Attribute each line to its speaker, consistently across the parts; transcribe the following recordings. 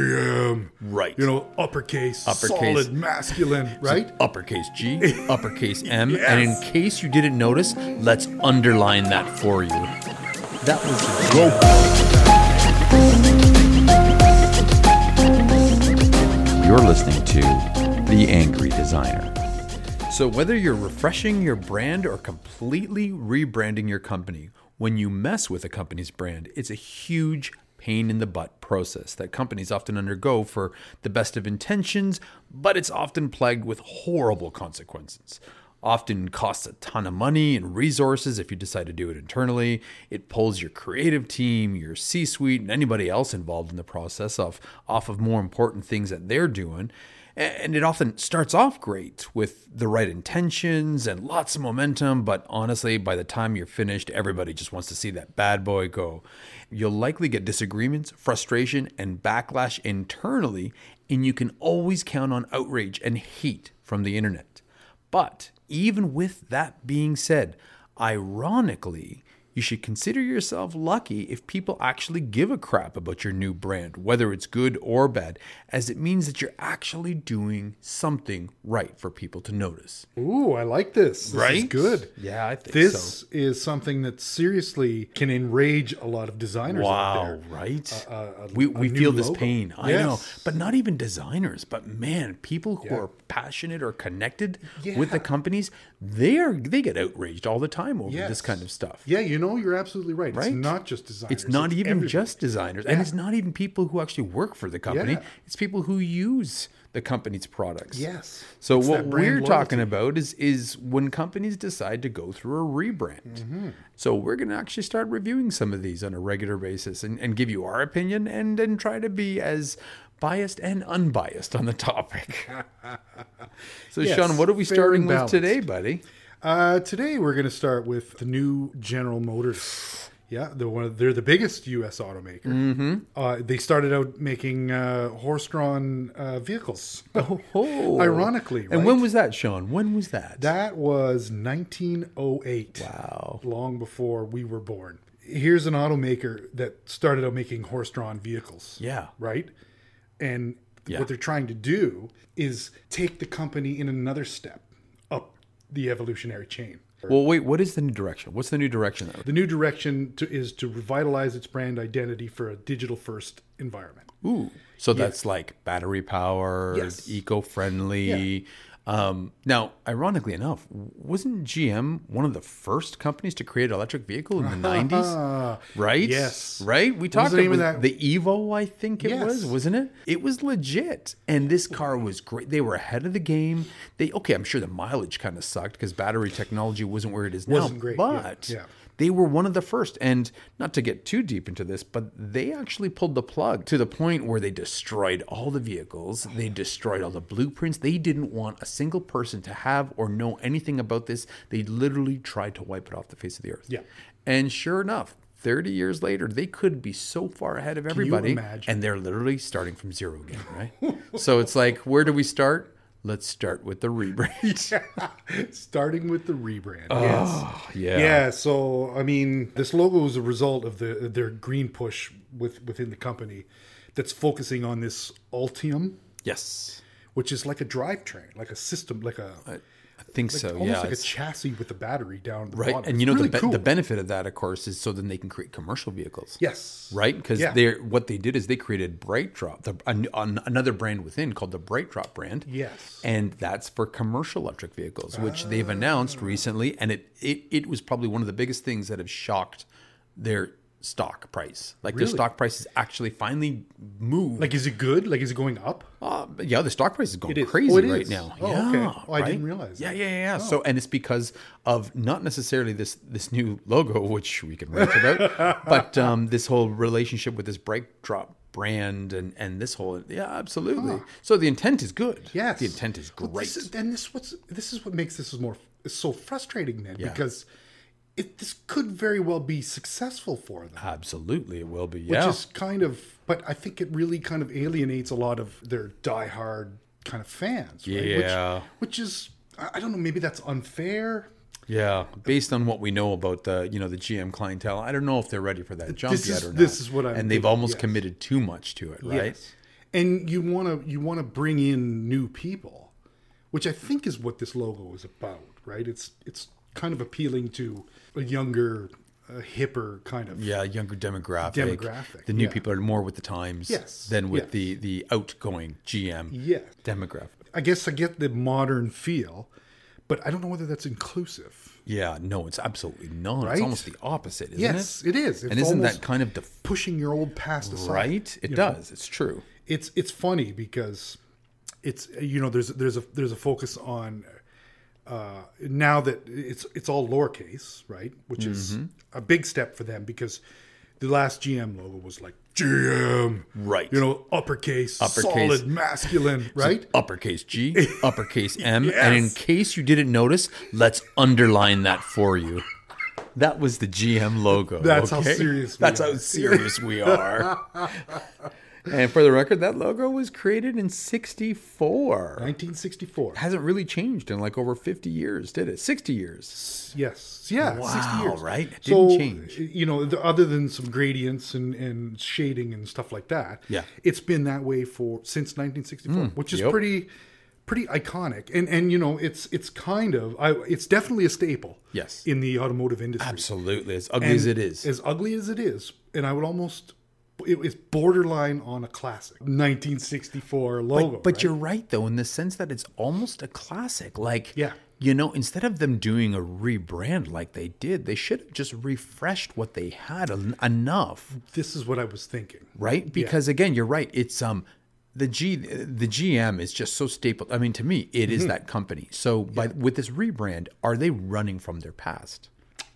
Speaker 1: GM.
Speaker 2: Right.
Speaker 1: You know, uppercase,
Speaker 2: Uppercase.
Speaker 1: solid masculine, right?
Speaker 2: Uppercase G, uppercase M,
Speaker 1: Yes.
Speaker 2: and in case you didn't notice, let's underline that for you. That was
Speaker 3: You're listening to The Angry Designer.
Speaker 2: So, whether you're refreshing your brand or completely rebranding your company, when you mess with a company's brand, it's a huge pain in the butt process that companies often undergo for the best of intentions, but it's often plagued with horrible consequences. Often costs a ton of money and resources if you decide to do it internally. It pulls your creative team, your C suite, and anybody else involved in the process off, off of more important things that they're doing. And it often starts off great with the right intentions and lots of momentum, but honestly, by the time you're finished, everybody just wants to see that bad boy go. You'll likely get disagreements, frustration, and backlash internally, and you can always count on outrage and hate from the internet. But even with that being said, ironically, you should consider yourself lucky if people actually give a crap about your new brand, whether it's good or bad, as it means that you're actually doing something right for people to notice.
Speaker 1: Ooh, I like this. This is
Speaker 2: Right?
Speaker 1: good.
Speaker 2: Yeah, I think
Speaker 1: This is something that seriously can enrage a lot of designers out
Speaker 2: Wow,
Speaker 1: there.
Speaker 2: right?
Speaker 1: a-
Speaker 2: we we
Speaker 1: new
Speaker 2: feel this
Speaker 1: logo.
Speaker 2: pain. I
Speaker 1: Yes.
Speaker 2: know. But not even designers, but man, people who
Speaker 1: Yeah.
Speaker 2: are passionate or connected
Speaker 1: Yeah.
Speaker 2: with the companies, they're they get outraged all the time over
Speaker 1: Yes.
Speaker 2: this kind of stuff.
Speaker 1: Yeah, you know, you're absolutely right.
Speaker 2: Right?
Speaker 1: It's not just designers.
Speaker 2: It's not even
Speaker 1: everybody.
Speaker 2: just designers, and it's not even people who actually work for the company.
Speaker 1: Yeah.
Speaker 2: It's people who use the company's products.
Speaker 1: Yes.
Speaker 2: So
Speaker 1: It's
Speaker 2: what
Speaker 1: that brand
Speaker 2: we're talking
Speaker 1: loyalty.
Speaker 2: about is is when companies decide to go through a rebrand.
Speaker 1: Mm-hmm.
Speaker 2: So we're going to actually start reviewing some of these on a regular basis and, and give you our opinion and then try to be as biased and unbiased on the topic. so
Speaker 1: Yes,
Speaker 2: Sean, what are we
Speaker 1: fair
Speaker 2: starting
Speaker 1: and
Speaker 2: with
Speaker 1: balanced.
Speaker 2: today, buddy?
Speaker 1: Uh, today we're going to start with the new General Motors. Yeah, they're one of, they're the biggest U.S. automaker. Mm-hmm. Uh, they started out making uh, horse-drawn uh, vehicles.
Speaker 2: Oh.
Speaker 1: Ironically,
Speaker 2: And
Speaker 1: right?
Speaker 2: when was that, Sean? When was that?
Speaker 1: That was 1908.
Speaker 2: Wow.
Speaker 1: Long before we were born. Here's an automaker that started out making horse drawn vehicles.
Speaker 2: Yeah.
Speaker 1: Right? And
Speaker 2: Yeah.
Speaker 1: what they're trying to do is take the company in another step up the evolutionary chain.
Speaker 2: Well, wait. What is the new direction? What's the new direction? That
Speaker 1: The new direction to, is to revitalize its brand identity for a digital first environment.
Speaker 2: Ooh. So that's like battery powered,
Speaker 1: Yes.
Speaker 2: eco friendly. Um, now, ironically enough, wasn't GM one of the first companies to create an electric vehicle in the
Speaker 1: Uh-huh.
Speaker 2: 90s? Right?
Speaker 1: Yes.
Speaker 2: Right? We
Speaker 1: What was
Speaker 2: talked
Speaker 1: the name
Speaker 2: about
Speaker 1: of that?
Speaker 2: the Evo, I think it was,
Speaker 1: Yes.
Speaker 2: wasn't it? It was legit. And this car was great. They were ahead of the game. They Okay, I'm sure the mileage kind of sucked because battery technology wasn't where it is now.
Speaker 1: Wasn't great, yeah,
Speaker 2: But
Speaker 1: yeah.
Speaker 2: they were one of the first and not to get too deep into this but they actually pulled the plug to the point where they destroyed all the vehicles they destroyed all the blueprints they didn't want a single person to have or know anything about this they literally tried to wipe it off the face of the earth
Speaker 1: Yeah.
Speaker 2: and sure enough 30 years later they could be so far ahead of everybody
Speaker 1: imagine?
Speaker 2: and they're literally starting from zero again right so it's like where do we start let's start with the rebrand
Speaker 1: Starting with the rebrand.
Speaker 2: Oh.
Speaker 1: yes.
Speaker 2: yeah
Speaker 1: Yeah, so I mean, this logo is a result of the their green push with within the company that's focusing on this Altium,
Speaker 2: yes
Speaker 1: which is like a drivetrain, like a system, like a
Speaker 2: i think so
Speaker 1: almost
Speaker 2: Uh, yeah
Speaker 1: like a
Speaker 2: it's-
Speaker 1: chassis with a battery down the
Speaker 2: Right,
Speaker 1: bottom.
Speaker 2: and
Speaker 1: It's
Speaker 2: you know
Speaker 1: really
Speaker 2: the be-
Speaker 1: cool.
Speaker 2: the benefit of that, of course, is so then they can create commercial vehicles.
Speaker 1: yes,
Speaker 2: Right, because
Speaker 1: Yeah.
Speaker 2: they're what they did is they created Bright Drop, the, an, an, another brand within called the Bright Drop brand.
Speaker 1: Yes. Ah.
Speaker 2: and that's for commercial electric vehicles, which they've announced recently, and it, it it was probably one of the biggest things that have shocked their stock price. Like their
Speaker 1: Really?
Speaker 2: stock price has actually finally moved.
Speaker 1: Like, is it good? Like, is it going up?
Speaker 2: Uh, but yeah, the stock price is going
Speaker 1: It is.
Speaker 2: crazy
Speaker 1: Oh, it
Speaker 2: right
Speaker 1: is.
Speaker 2: now.
Speaker 1: Oh,
Speaker 2: yeah,
Speaker 1: okay. Oh, I
Speaker 2: right?
Speaker 1: didn't realize
Speaker 2: Yeah,
Speaker 1: that. Oh.
Speaker 2: yeah, yeah. yeah. So, and it's because of not necessarily this this new logo, which we can rant about, but um, this whole relationship with this break drop brand and and this whole yeah, absolutely. So the intent is good.
Speaker 1: Yes,
Speaker 2: the intent is great.
Speaker 1: Well, this is, and this what's this is what makes this is more is so frustrating then
Speaker 2: Yeah.
Speaker 1: because it this could very well be successful for them.
Speaker 2: absolutely, it will be.
Speaker 1: which
Speaker 2: Yeah,
Speaker 1: is kind of but i think it really kind of alienates a lot of their diehard kind of fans right?
Speaker 2: Yeah.
Speaker 1: which, which is i I don't know maybe that's unfair
Speaker 2: yeah. Based on what we know about the you know the GM clientele, I don't know if they're ready for that jump
Speaker 1: This
Speaker 2: yet
Speaker 1: is-
Speaker 2: or not.
Speaker 1: this is what I'm
Speaker 2: and they've
Speaker 1: thinking,
Speaker 2: almost
Speaker 1: yes.
Speaker 2: committed too much to it, right?
Speaker 1: and you want to you want to bring in new people, which I think is what this logo is about, right? It's it's kind of appealing to a younger, uh hipper kind of
Speaker 2: Yeah, younger demographic.
Speaker 1: Demographic,
Speaker 2: The new
Speaker 1: yeah.
Speaker 2: people are more with the times
Speaker 1: Yes,
Speaker 2: than with
Speaker 1: yeah.
Speaker 2: the the outgoing GM
Speaker 1: yeah.
Speaker 2: demographic.
Speaker 1: I guess I get the modern feel, but I don't know whether that's inclusive.
Speaker 2: Yeah, no, it's absolutely not.
Speaker 1: Right?
Speaker 2: It's almost the opposite, isn't
Speaker 1: Yes,
Speaker 2: it?
Speaker 1: it is. It's
Speaker 2: and isn't
Speaker 1: almost
Speaker 2: that kind of def-
Speaker 1: pushing your old past aside?
Speaker 2: right? It
Speaker 1: you know?
Speaker 2: does. It's true.
Speaker 1: it's it's funny because it's you know there's there's a there's a focus on uh, now that it's it's all lowercase right which is
Speaker 2: Mm-hmm.
Speaker 1: a big step for them because the last GM logo was like GM
Speaker 2: Right.
Speaker 1: you know uppercase,
Speaker 2: Uppercase.
Speaker 1: solid masculine right
Speaker 2: Uppercase G, uppercase M, and in
Speaker 1: Yes.
Speaker 2: case you didn't notice, let's underline that for you. That was the GM logo.
Speaker 1: That's how
Speaker 2: okay?
Speaker 1: serious we
Speaker 2: That's
Speaker 1: are.
Speaker 2: how serious we are. and for the record, that logo was created in '64.
Speaker 1: 1964
Speaker 2: Hasn't really changed in like over 50 years, did it? 60 years.
Speaker 1: yes yeah 60
Speaker 2: Wow,
Speaker 1: years
Speaker 2: right? It
Speaker 1: so, uh,
Speaker 2: didn't change.
Speaker 1: you know the, other than some gradients and and shading and stuff like that
Speaker 2: Yeah. Hmm,
Speaker 1: it's been that way for since 1964 which is
Speaker 2: yep.
Speaker 1: pretty pretty iconic and and you know it's it's kind of I, it's definitely a staple
Speaker 2: Yes.
Speaker 1: in the automotive industry
Speaker 2: Absolutely, as ugly
Speaker 1: And
Speaker 2: as it is.
Speaker 1: as ugly as it is and i would almost it, it's borderline on a classic 1964 logo
Speaker 2: But
Speaker 1: right?
Speaker 2: you're right though, in the sense that it's almost a classic. Like,
Speaker 1: Yeah.
Speaker 2: you know, instead of them doing a rebrand like they did, they should have just refreshed what they had en- enough,
Speaker 1: this is what i was thinking
Speaker 2: right? Because again, you're right. It's um, the G the GM is just so staple. I mean, to me, it is that company. So, by with this rebrand, are they running from their past?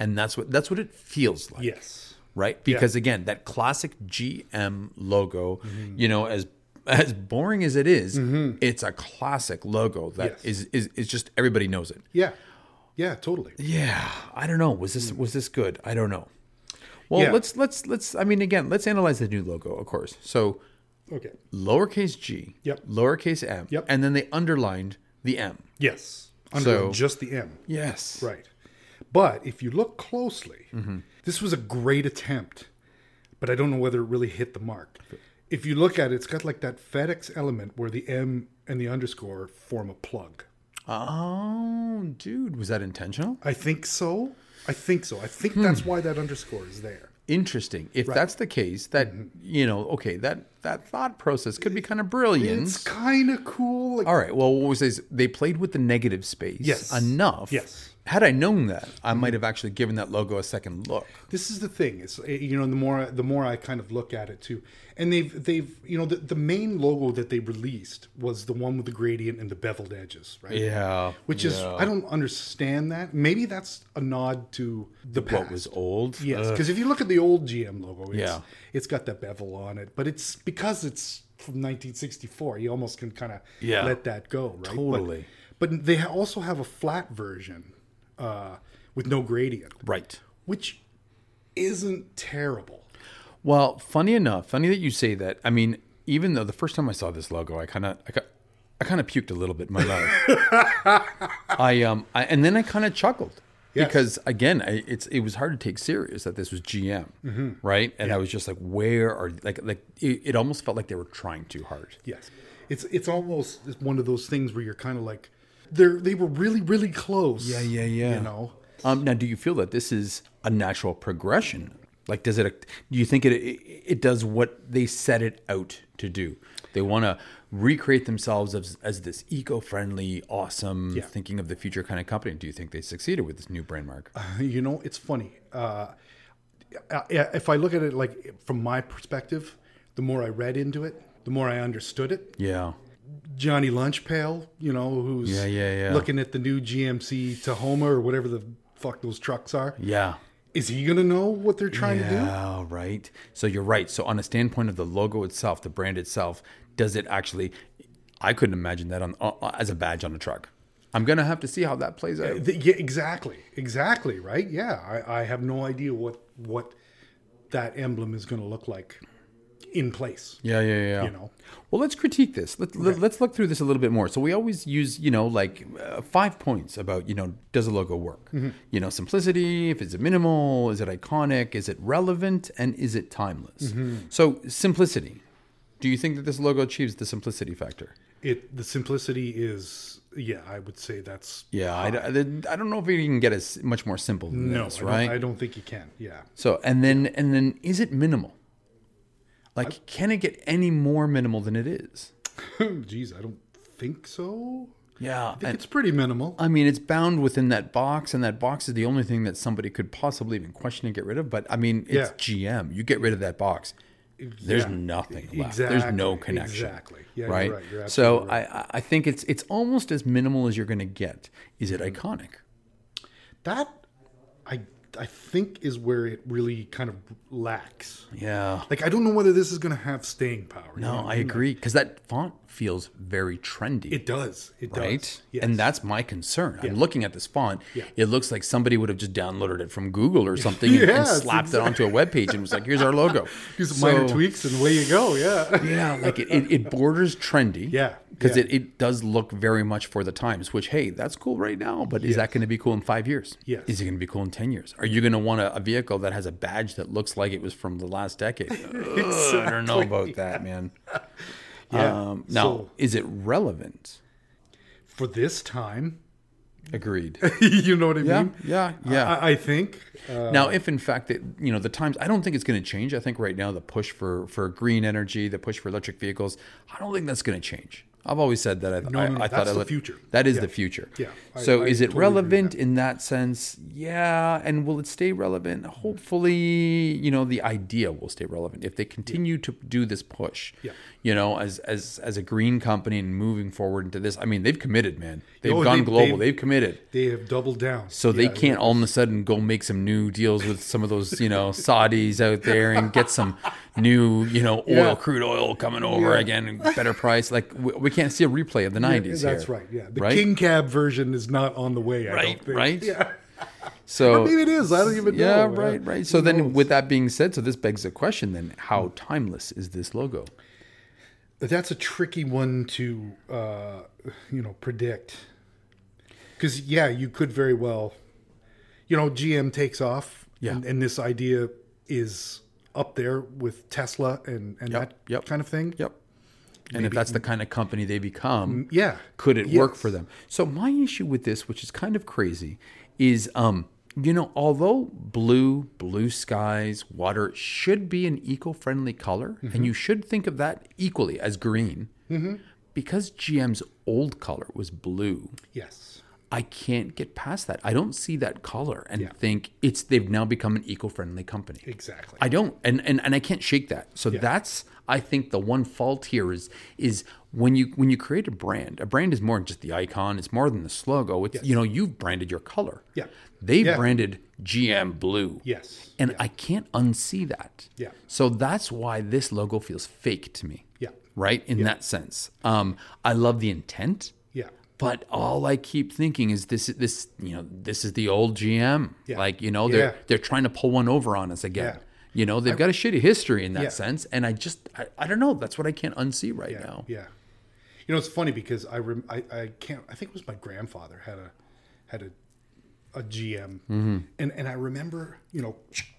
Speaker 2: And that's what that's what it feels like
Speaker 1: yes
Speaker 2: right? Because again, that classic GM logo,
Speaker 1: Mm-hmm.
Speaker 2: you know, as as boring as it is, it's a classic logo that
Speaker 1: Yes.
Speaker 2: is is, is just everybody knows it.
Speaker 1: yeah yeah totally
Speaker 2: Yeah, I don't know. Was this was this good? I don't know. Well,
Speaker 1: Mm-hmm. Yeah.
Speaker 2: let's let's let's. I mean, again, let's analyze the new logo, of course. So
Speaker 1: okay
Speaker 2: lowercase g,
Speaker 1: Yep.
Speaker 2: lowercase m,
Speaker 1: Yep.
Speaker 2: and then they underlined the m.
Speaker 1: yes under
Speaker 2: So-
Speaker 1: just the m
Speaker 2: Yes,
Speaker 1: Right. But if you look closely, this was a great attempt, but I don't know whether it really hit the mark. If you look at it, it's got like that FedEx element where the M and the underscore form a plug.
Speaker 2: Oh, dude, was that intentional?
Speaker 1: I think so. I think so. I think that's why that underscore is there.
Speaker 2: interesting if that's the case that you know okay that that thought process could be kind of brilliant
Speaker 1: It's kind of cool. Like,
Speaker 2: all right well what was this they played with the negative space
Speaker 1: Yes.
Speaker 2: enough
Speaker 1: Yes.
Speaker 2: had i known that i might have actually given that logo a second look
Speaker 1: This is the thing. It's eh, you know the more the more I kind of look at it too, and they've they've you know the, the main logo that they released was the one with the gradient and the beveled edges, right?
Speaker 2: yeah
Speaker 1: which is I don't understand that. Maybe that's a nod to the past.
Speaker 2: what was old Uh,
Speaker 1: yes,
Speaker 2: Ugh.
Speaker 1: because if you look at the old GM logo, it's,
Speaker 2: Yeah.
Speaker 1: it's got that bevel on it, but it's because it's from 1964. You almost can kind of
Speaker 2: Yeah.
Speaker 1: let that go, right? But-
Speaker 2: Totally.
Speaker 1: But, they ha- also have a flat version uh, with no gradient,
Speaker 2: right
Speaker 1: which isn't terrible.
Speaker 2: Well, funny enough, funny that you say that. I mean, even though the first time I saw this logo, I kind of, I, ki- I kind of puked a little bit in my mouth. I um, I, and then I kind of chuckled
Speaker 1: Yes.
Speaker 2: because again, I, it's it was hard to take serious that this was GM, right? And I was just like, where are like like it, it almost felt like they were trying too hard.
Speaker 1: Yes, it's it's almost one of those things where you're kind of like they're they were really really close. Yeah,
Speaker 2: yeah, yeah.
Speaker 1: You know,
Speaker 2: Um, now, do you feel that this is a natural progression? Like, does it? Do you think it it, it does what they set it out to do? They want to recreate themselves as, as this eco-friendly, awesome,
Speaker 1: Yeah.
Speaker 2: thinking of the future kind of company. Do you think they succeeded with this new brand mark?
Speaker 1: You know, it's funny. Uh, I- if I look at it like from my perspective, the more I read into it, the more I understood it.
Speaker 2: yeah,
Speaker 1: Johnny Lunchpail, you know, who's
Speaker 2: Yeah, yeah, yeah.
Speaker 1: looking at the new GMC Tahoma or whatever the fuck those trucks are,
Speaker 2: yeah,
Speaker 1: is he gonna know what they're trying to do?
Speaker 2: yeah. Right. So you're right. So on a standpoint of the logo itself, the brand itself, does it actually? I couldn't imagine that on uh, as a badge on a truck. I'm gonna have to see how that plays out.
Speaker 1: Th- yeah, exactly, exactly, right? Yeah, I, I have no idea what what that emblem is gonna look like in place.
Speaker 2: Yeah, yeah, yeah.
Speaker 1: You know.
Speaker 2: Well, let's critique this. Let, let, let's look through this a little bit more. So we always use, you know, like uh, five points about, you know, does a logo work?
Speaker 1: Mm-hmm.
Speaker 2: You know, simplicity, if it's minimal,
Speaker 1: Mm-hmm.
Speaker 2: is it iconic, is it relevant, and is it timeless? So simplicity. Do you think that this logo achieves the simplicity factor?
Speaker 1: It the simplicity is yeah, I would say that's
Speaker 2: Yeah, I, I don't know if you can get as much more simple than
Speaker 1: no,
Speaker 2: this,
Speaker 1: I don't-
Speaker 2: right?
Speaker 1: I don't think you can. Yeah.
Speaker 2: So and then and then is it minimal? Like can it get any more minimal than it is?
Speaker 1: Jeez, I don't think so.
Speaker 2: Yeah.
Speaker 1: I think it's pretty minimal.
Speaker 2: I mean, it's bound within that box, and that box is the only thing that somebody could possibly even question and get rid of. But I mean, it's GM. You get rid of that box. There's
Speaker 1: Yeah.
Speaker 2: nothing left. There's no
Speaker 1: Exactly,
Speaker 2: connection.
Speaker 1: exactly. Yeah, you're
Speaker 2: right.
Speaker 1: right. You're
Speaker 2: so
Speaker 1: absolutely
Speaker 2: I, I think it's it's almost as minimal as you're going to get. Is it
Speaker 1: Mm-hmm.
Speaker 2: iconic?
Speaker 1: That I I think is where it really kind of lacks.
Speaker 2: Yeah.
Speaker 1: Like I don't know whether this is going to have staying power. you know
Speaker 2: No,
Speaker 1: what
Speaker 2: I
Speaker 1: mean?
Speaker 2: agree because that font feels very trendy.
Speaker 1: It does. It
Speaker 2: right?
Speaker 1: does. Yes.
Speaker 2: And that's my concern. I'm looking at this font. It looks like somebody would have just downloaded it from Google or something and- and,
Speaker 1: Yes,
Speaker 2: slapped it onto a web page and was like, here's our logo.
Speaker 1: do some
Speaker 2: So,
Speaker 1: minor tweaks and away you go. Yeah.
Speaker 2: Yeah, like it, it, it borders trendy.
Speaker 1: Yeah,
Speaker 2: Because
Speaker 1: yeah.
Speaker 2: it, it does look very much for the times, which, hey, that's cool right now, but is that going to be cool in five years?
Speaker 1: Yes.
Speaker 2: Is it going to be cool in 10 years? Are you going to want a, a vehicle that has a badge that looks like it was from the last decade? Ugh, I don't know about that, man.
Speaker 1: Yeah.
Speaker 2: Um, now,
Speaker 1: So-
Speaker 2: is it relevant?
Speaker 1: For this time,
Speaker 2: Agreed.
Speaker 1: you know what I
Speaker 2: Yeah,
Speaker 1: mean?
Speaker 2: yeah, yeah.
Speaker 1: I, I think. Uh,
Speaker 2: Now, if in fact that you know the times, I don't think it's going to change. I think right now the push for for green energy, the push for electric vehicles, I don't think that's going to change. I've always said that. I, I,
Speaker 1: no, no,
Speaker 2: I thought
Speaker 1: that's
Speaker 2: I
Speaker 1: the
Speaker 2: let-
Speaker 1: future.
Speaker 2: That is the future.
Speaker 1: Yeah, I-
Speaker 2: so
Speaker 1: I
Speaker 2: is
Speaker 1: totally agree
Speaker 2: it
Speaker 1: with
Speaker 2: relevant in that sense? Yeah. And will it stay relevant? Hopefully, you know the idea will stay relevant if they continue to do this push.
Speaker 1: Yeah.
Speaker 2: You know, as as as a green company and moving forward into this, I mean they've committed, man. They've
Speaker 1: Oh,
Speaker 2: gone
Speaker 1: they-
Speaker 2: global.
Speaker 1: they've-
Speaker 2: they've committed.
Speaker 1: they have doubled down.
Speaker 2: So they
Speaker 1: Yeah,
Speaker 2: can't all of a sudden go make some new deals with some of those, you know, Saudis out there and get some new, you know,
Speaker 1: Yeah.
Speaker 2: oil, crude oil coming over
Speaker 1: Yeah.
Speaker 2: again, and better price. Like we, we can't see a replay of the
Speaker 1: yeah,
Speaker 2: '90s.
Speaker 1: That's
Speaker 2: here,
Speaker 1: right. Yeah. The
Speaker 2: right.
Speaker 1: King Cab version is not on the way. I
Speaker 2: right.
Speaker 1: don't think.
Speaker 2: Right.
Speaker 1: Yeah.
Speaker 2: So
Speaker 1: Maybe it is. I don't even know.
Speaker 2: yeah.
Speaker 1: Uh,
Speaker 2: Right. Right. So
Speaker 1: who
Speaker 2: then,
Speaker 1: knows?
Speaker 2: with that being said, so this begs the question: Then, how timeless is this logo?
Speaker 1: that's a tricky one to uh, you know predict because yeah you could very well you know gm takes off
Speaker 2: Yeah.
Speaker 1: and, and this idea is up there with tesla and and
Speaker 2: Yep,
Speaker 1: that
Speaker 2: yep.
Speaker 1: kind of thing
Speaker 2: Yep. And if that's the kind of company they become,
Speaker 1: yeah
Speaker 2: could it work
Speaker 1: Yes.
Speaker 2: for them so my issue with this which is kind of crazy is um you know although blue blue skies water should be an eco-friendly color and you should think of that equally as green because gm's old color was blue
Speaker 1: yes
Speaker 2: i can't get past that i don't see that color and think it's they've now become an eco-friendly company
Speaker 1: exactly
Speaker 2: I don't, and and, and I can't shake that. So that's I think the one fault here is is when you when you create a brand, a brand is more than just the icon. It's more than the logo. It's you know you've branded your color.
Speaker 1: Yeah.
Speaker 2: they
Speaker 1: Yeah.
Speaker 2: branded GM blue.
Speaker 1: yes
Speaker 2: and I can't unsee that.
Speaker 1: Yeah.
Speaker 2: so that's why this logo feels fake to me.
Speaker 1: Yeah.
Speaker 2: right in that sense. Um, I love the intent.
Speaker 1: yeah
Speaker 2: But all I keep thinking is this this you know this is the old GM.
Speaker 1: Yeah.
Speaker 2: Like you know they're
Speaker 1: Yeah.
Speaker 2: they're trying to pull one over on us again.
Speaker 1: Yeah.
Speaker 2: You know they've got a shitty history in that
Speaker 1: Yeah.
Speaker 2: sense, and I just I, I don't know. That's what I can't unsee right now.
Speaker 1: Yeah. You know, it's funny because I rem- I, I can't. I think it was my grandfather had a had a a GM,
Speaker 2: Mm-hmm.
Speaker 1: and and I remember you know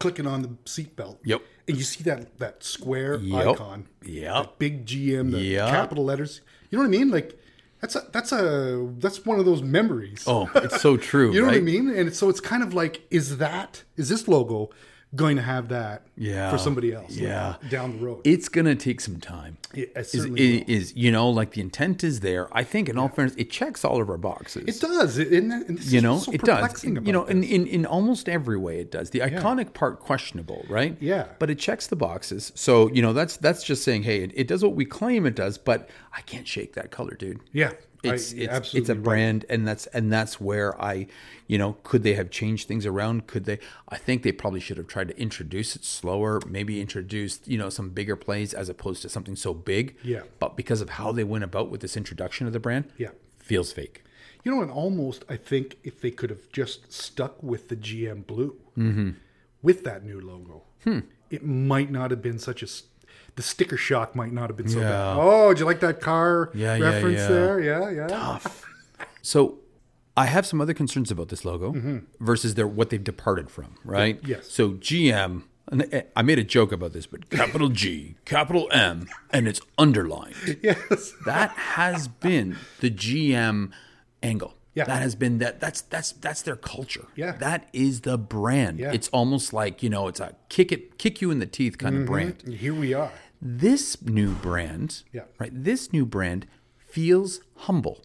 Speaker 1: clicking on the seatbelt.
Speaker 2: Yep.
Speaker 1: And you see that that square
Speaker 2: Yep.
Speaker 1: icon.
Speaker 2: Yep.
Speaker 1: That big GM. The
Speaker 2: Yep.
Speaker 1: capital letters. You know what I mean? Like that's a that's a that's one of those memories.
Speaker 2: Oh, it's so true.
Speaker 1: You know what I
Speaker 2: right?
Speaker 1: mean? And so it's kind of like, is that is this logo going to have that
Speaker 2: Yeah.
Speaker 1: for somebody else? like,
Speaker 2: Yeah.
Speaker 1: down the road.
Speaker 2: It's gonna take some time.
Speaker 1: It- I
Speaker 2: is,
Speaker 1: certainly
Speaker 2: is, is you know like the intent is there. I think in all fairness, it checks all of our boxes.
Speaker 1: It does. It, and, and
Speaker 2: you know
Speaker 1: so
Speaker 2: it does
Speaker 1: perplexing
Speaker 2: you know
Speaker 1: about
Speaker 2: in, in in almost every way it does the iconic part questionable right
Speaker 1: Yeah.
Speaker 2: but it checks the boxes so you know that's that's just saying hey it, it does what we claim it does but i can't shake that color dude
Speaker 1: Yeah, I-
Speaker 2: it's
Speaker 1: you're
Speaker 2: it's, it's
Speaker 1: absolutely
Speaker 2: a
Speaker 1: right.
Speaker 2: brand and that's and that's where i you know could they have changed things around could they i think they probably should have tried to introduce it slower maybe introduced you know some bigger plays as opposed to something so big
Speaker 1: Yeah.
Speaker 2: but because of how they went about with this introduction of the brand
Speaker 1: Yeah.
Speaker 2: feels fake
Speaker 1: You know, and almost I think if they could have just stuck with the GM blue
Speaker 2: Mm-hmm.
Speaker 1: with that new logo,
Speaker 2: Hmm.
Speaker 1: it might not have been such a s- the sticker shock might not have been so
Speaker 2: Yeah.
Speaker 1: bad. Oh, did you like that car
Speaker 2: Yeah, yeah,
Speaker 1: reference
Speaker 2: yeah.
Speaker 1: there? Yeah, yeah.
Speaker 2: So I have some other concerns about this logo versus their what they've departed from, right?
Speaker 1: Mm-hmm. yes.
Speaker 2: So GM And eh, I- I made a joke about this, but capital G, capital M, and it's underlined.
Speaker 1: Yes.
Speaker 2: That has been the GM angle.
Speaker 1: Yeah.
Speaker 2: That has been that that's that's that's their culture.
Speaker 1: Yeah.
Speaker 2: That is the brand.
Speaker 1: Yeah.
Speaker 2: It's almost like, you know, it's a kick it kick you in the teeth kind
Speaker 1: Mm-hmm.
Speaker 2: of brand
Speaker 1: Here we are.
Speaker 2: this new brand,
Speaker 1: Yeah.
Speaker 2: right? This new brand feels humble.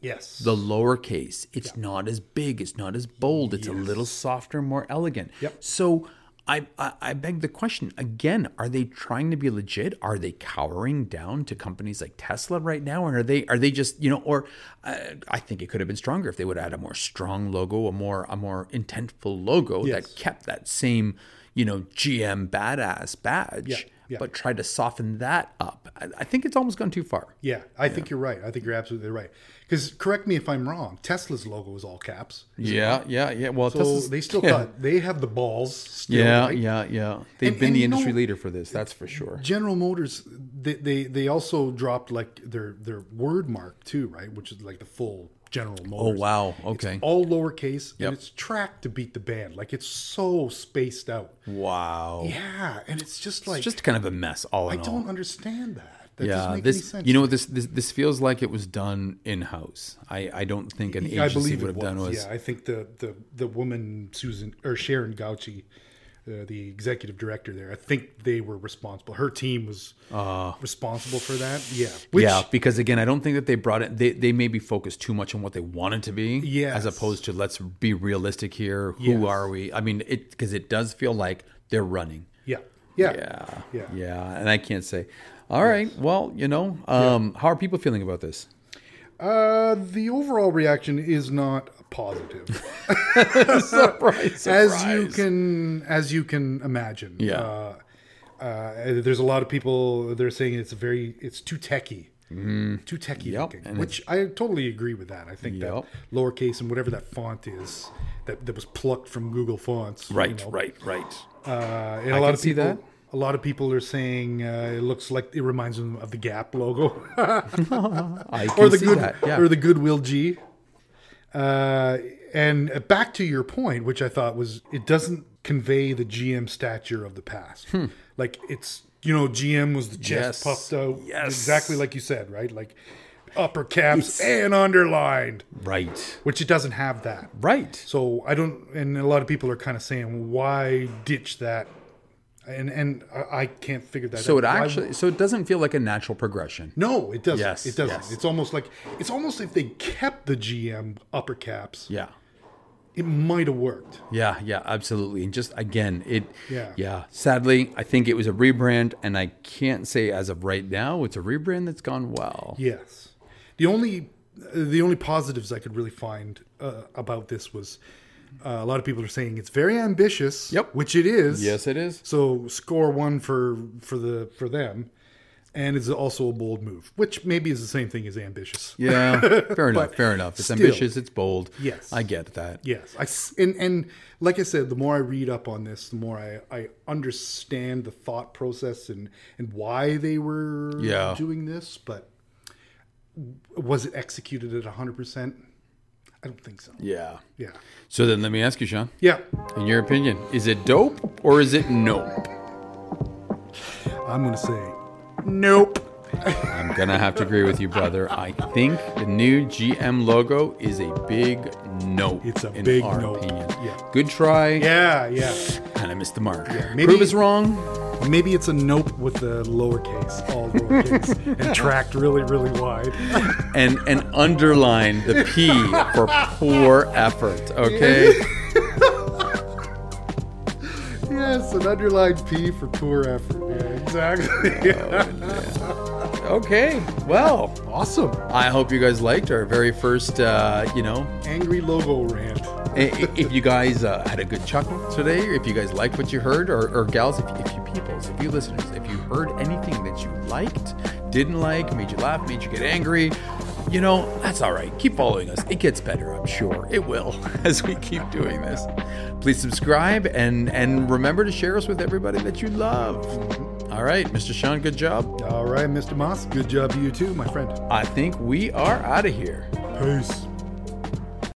Speaker 1: Yes.
Speaker 2: The lowercase, it's not as big, it's not as bold, it's a little softer, more elegant.
Speaker 1: Yep.
Speaker 2: So I, I I beg the question again: Are they trying to be legit? Are they cowering down to companies like Tesla right now, and are they are they just you know? Or uh, I think it could have been stronger if they would add a more strong logo, a more a more intentful logo
Speaker 1: Yes.
Speaker 2: that kept that same you know GM badass badge,
Speaker 1: yeah.
Speaker 2: but tried to soften that up. I, I think it's almost gone too far.
Speaker 1: yeah, I think you're right. I think you're absolutely right. Because correct me if I'm wrong. Tesla's logo is all caps.
Speaker 2: Yeah, yeah, yeah. Well,
Speaker 1: So they still got. They have the balls. Still,
Speaker 2: Yeah,
Speaker 1: right?
Speaker 2: yeah, yeah. They've
Speaker 1: And-
Speaker 2: been
Speaker 1: and
Speaker 2: the
Speaker 1: you know-
Speaker 2: industry leader for this, that's for sure.
Speaker 1: General Motors, they, they they also dropped like their their word mark too, right? Which is like the full General Motors.
Speaker 2: Oh, wow. Okay.
Speaker 1: All lowercase,
Speaker 2: Yep.
Speaker 1: and it's tracked to beat the band. Like it's so spaced out.
Speaker 2: Wow.
Speaker 1: Yeah, and it's just like
Speaker 2: it's just kind of a mess all
Speaker 1: I
Speaker 2: in all.
Speaker 1: don't understand that. That doesn't
Speaker 2: Yeah,
Speaker 1: make any
Speaker 2: this
Speaker 1: sense.
Speaker 2: you know what this, this this feels like it was done in house. I I don't think an agency
Speaker 1: I believe it
Speaker 2: would have
Speaker 1: was.
Speaker 2: done was
Speaker 1: Yeah, I think the the the woman Susan or Sharon Gauchi, uh, the executive director there. I think they were responsible. Her team was responsible for that. Yeah, which
Speaker 2: Uh. yeah, because again, I don't think that they brought it. They they maybe focused too much on what they wanted to be,
Speaker 1: Yes.
Speaker 2: as opposed to let's be realistic here. Who are we? I mean, it because it does feel like they're running.
Speaker 1: yeah, yeah,
Speaker 2: Yeah,
Speaker 1: Yeah.
Speaker 2: yeah, and I can't say. All right, well, you know, um, how are people feeling about this?
Speaker 1: Uh, the overall reaction is not positive,
Speaker 2: surprise,
Speaker 1: as you can as you can imagine.
Speaker 2: Yeah.
Speaker 1: Uh, uh, there's a lot of people they're saying it's very it's too techy, too techy
Speaker 2: Mm-hmm. Yep,
Speaker 1: looking,
Speaker 2: and
Speaker 1: which I totally agree with that. I think
Speaker 2: Yep.
Speaker 1: that lowercase and whatever that font is that, that was plucked from Google Fonts. you
Speaker 2: right,
Speaker 1: know.
Speaker 2: right, right.
Speaker 1: Uh, and a lot
Speaker 2: can
Speaker 1: of
Speaker 2: see
Speaker 1: people,
Speaker 2: that.
Speaker 1: a lot of people are saying uh, it looks like it reminds them of the Gap logo.
Speaker 2: I can
Speaker 1: or the
Speaker 2: see
Speaker 1: good
Speaker 2: that. Yeah.
Speaker 1: or the goodwill G. Uh, and back to your point, which I thought was it doesn't convey the GM stature of the past. Like it's you know GM was the
Speaker 2: Hmm. Yes.
Speaker 1: chest puffed out,
Speaker 2: Yes.
Speaker 1: exactly like you said, right? Like upper caps and underlined,
Speaker 2: right,
Speaker 1: which it doesn't have that.
Speaker 2: right.
Speaker 1: So I don't, and a lot of people are kind of saying why ditch that, and and I, I can't figure that. out.
Speaker 2: So it
Speaker 1: Why-
Speaker 2: actually, so it doesn't feel like a natural progression.
Speaker 1: no, it doesn't.
Speaker 2: Yes,
Speaker 1: it doesn't.
Speaker 2: yes.
Speaker 1: It's almost like it's almost if they kept the GM upper caps,
Speaker 2: Yeah,
Speaker 1: it might have worked.
Speaker 2: yeah, yeah, absolutely. And just again, it,
Speaker 1: Yeah.
Speaker 2: yeah. Sadly, I think it was a rebrand, and I can't say as of right now it's a rebrand that's gone well.
Speaker 1: Yes. The only uh, the only positives I could really find uh, about this was uh, a lot of people are saying it's very ambitious.
Speaker 2: Yep.
Speaker 1: Which it is.
Speaker 2: Yes, it is.
Speaker 1: So score one for for the for them, and it's also a bold move, which maybe is the same thing as ambitious.
Speaker 2: Yeah, fair enough. Fair enough. It's
Speaker 1: still-
Speaker 2: ambitious. It's bold.
Speaker 1: Yes.
Speaker 2: I get that.
Speaker 1: Yes, I s- and and like I said, the more I read up on this, the more I, I understand the thought process and and why they were
Speaker 2: Yeah.
Speaker 1: doing this. But was it executed at hundred percent? I don't think so.
Speaker 2: Yeah.
Speaker 1: Yeah,
Speaker 2: So then, let me ask you, Sean.
Speaker 1: yeah.
Speaker 2: In your opinion, is it dope or is it nope?
Speaker 1: I'm gonna say nope.
Speaker 2: I'm gonna have to agree with you, brother. I think the new GM logo is a big nope.
Speaker 1: It's a
Speaker 2: in
Speaker 1: big
Speaker 2: our
Speaker 1: nope.
Speaker 2: Opinion.
Speaker 1: Yeah.
Speaker 2: Good try.
Speaker 1: Yeah, yeah.
Speaker 2: Kind of missed the mark.
Speaker 1: maybe-
Speaker 2: Prove us wrong.
Speaker 1: Maybe it's a nope with the lowercase, all lowercase, and tracked really, really wide.
Speaker 2: And and underline the P for poor effort. Okay.
Speaker 1: yes, an underlined P for poor effort. Yeah, exactly.
Speaker 2: Okay. Well,
Speaker 1: Awesome.
Speaker 2: I hope you guys liked our very first. Uh, you know,
Speaker 1: Angry logo rant.
Speaker 2: I- i- if you guys uh, had a good chuckle today, if you guys liked what you heard, or, or gals, if, if you peoples, if you listeners, if you heard anything that you liked, didn't like, made you laugh, made you get angry, you know, that's all right. Keep following us. It gets better, I'm sure. It will as we keep doing this. Please subscribe and and remember to share us with everybody that you love. All right, Mr. Sean, good job.
Speaker 1: All right, Mr. Moss. Good job, to you too, my friend.
Speaker 2: I think we are out of here.
Speaker 1: Peace.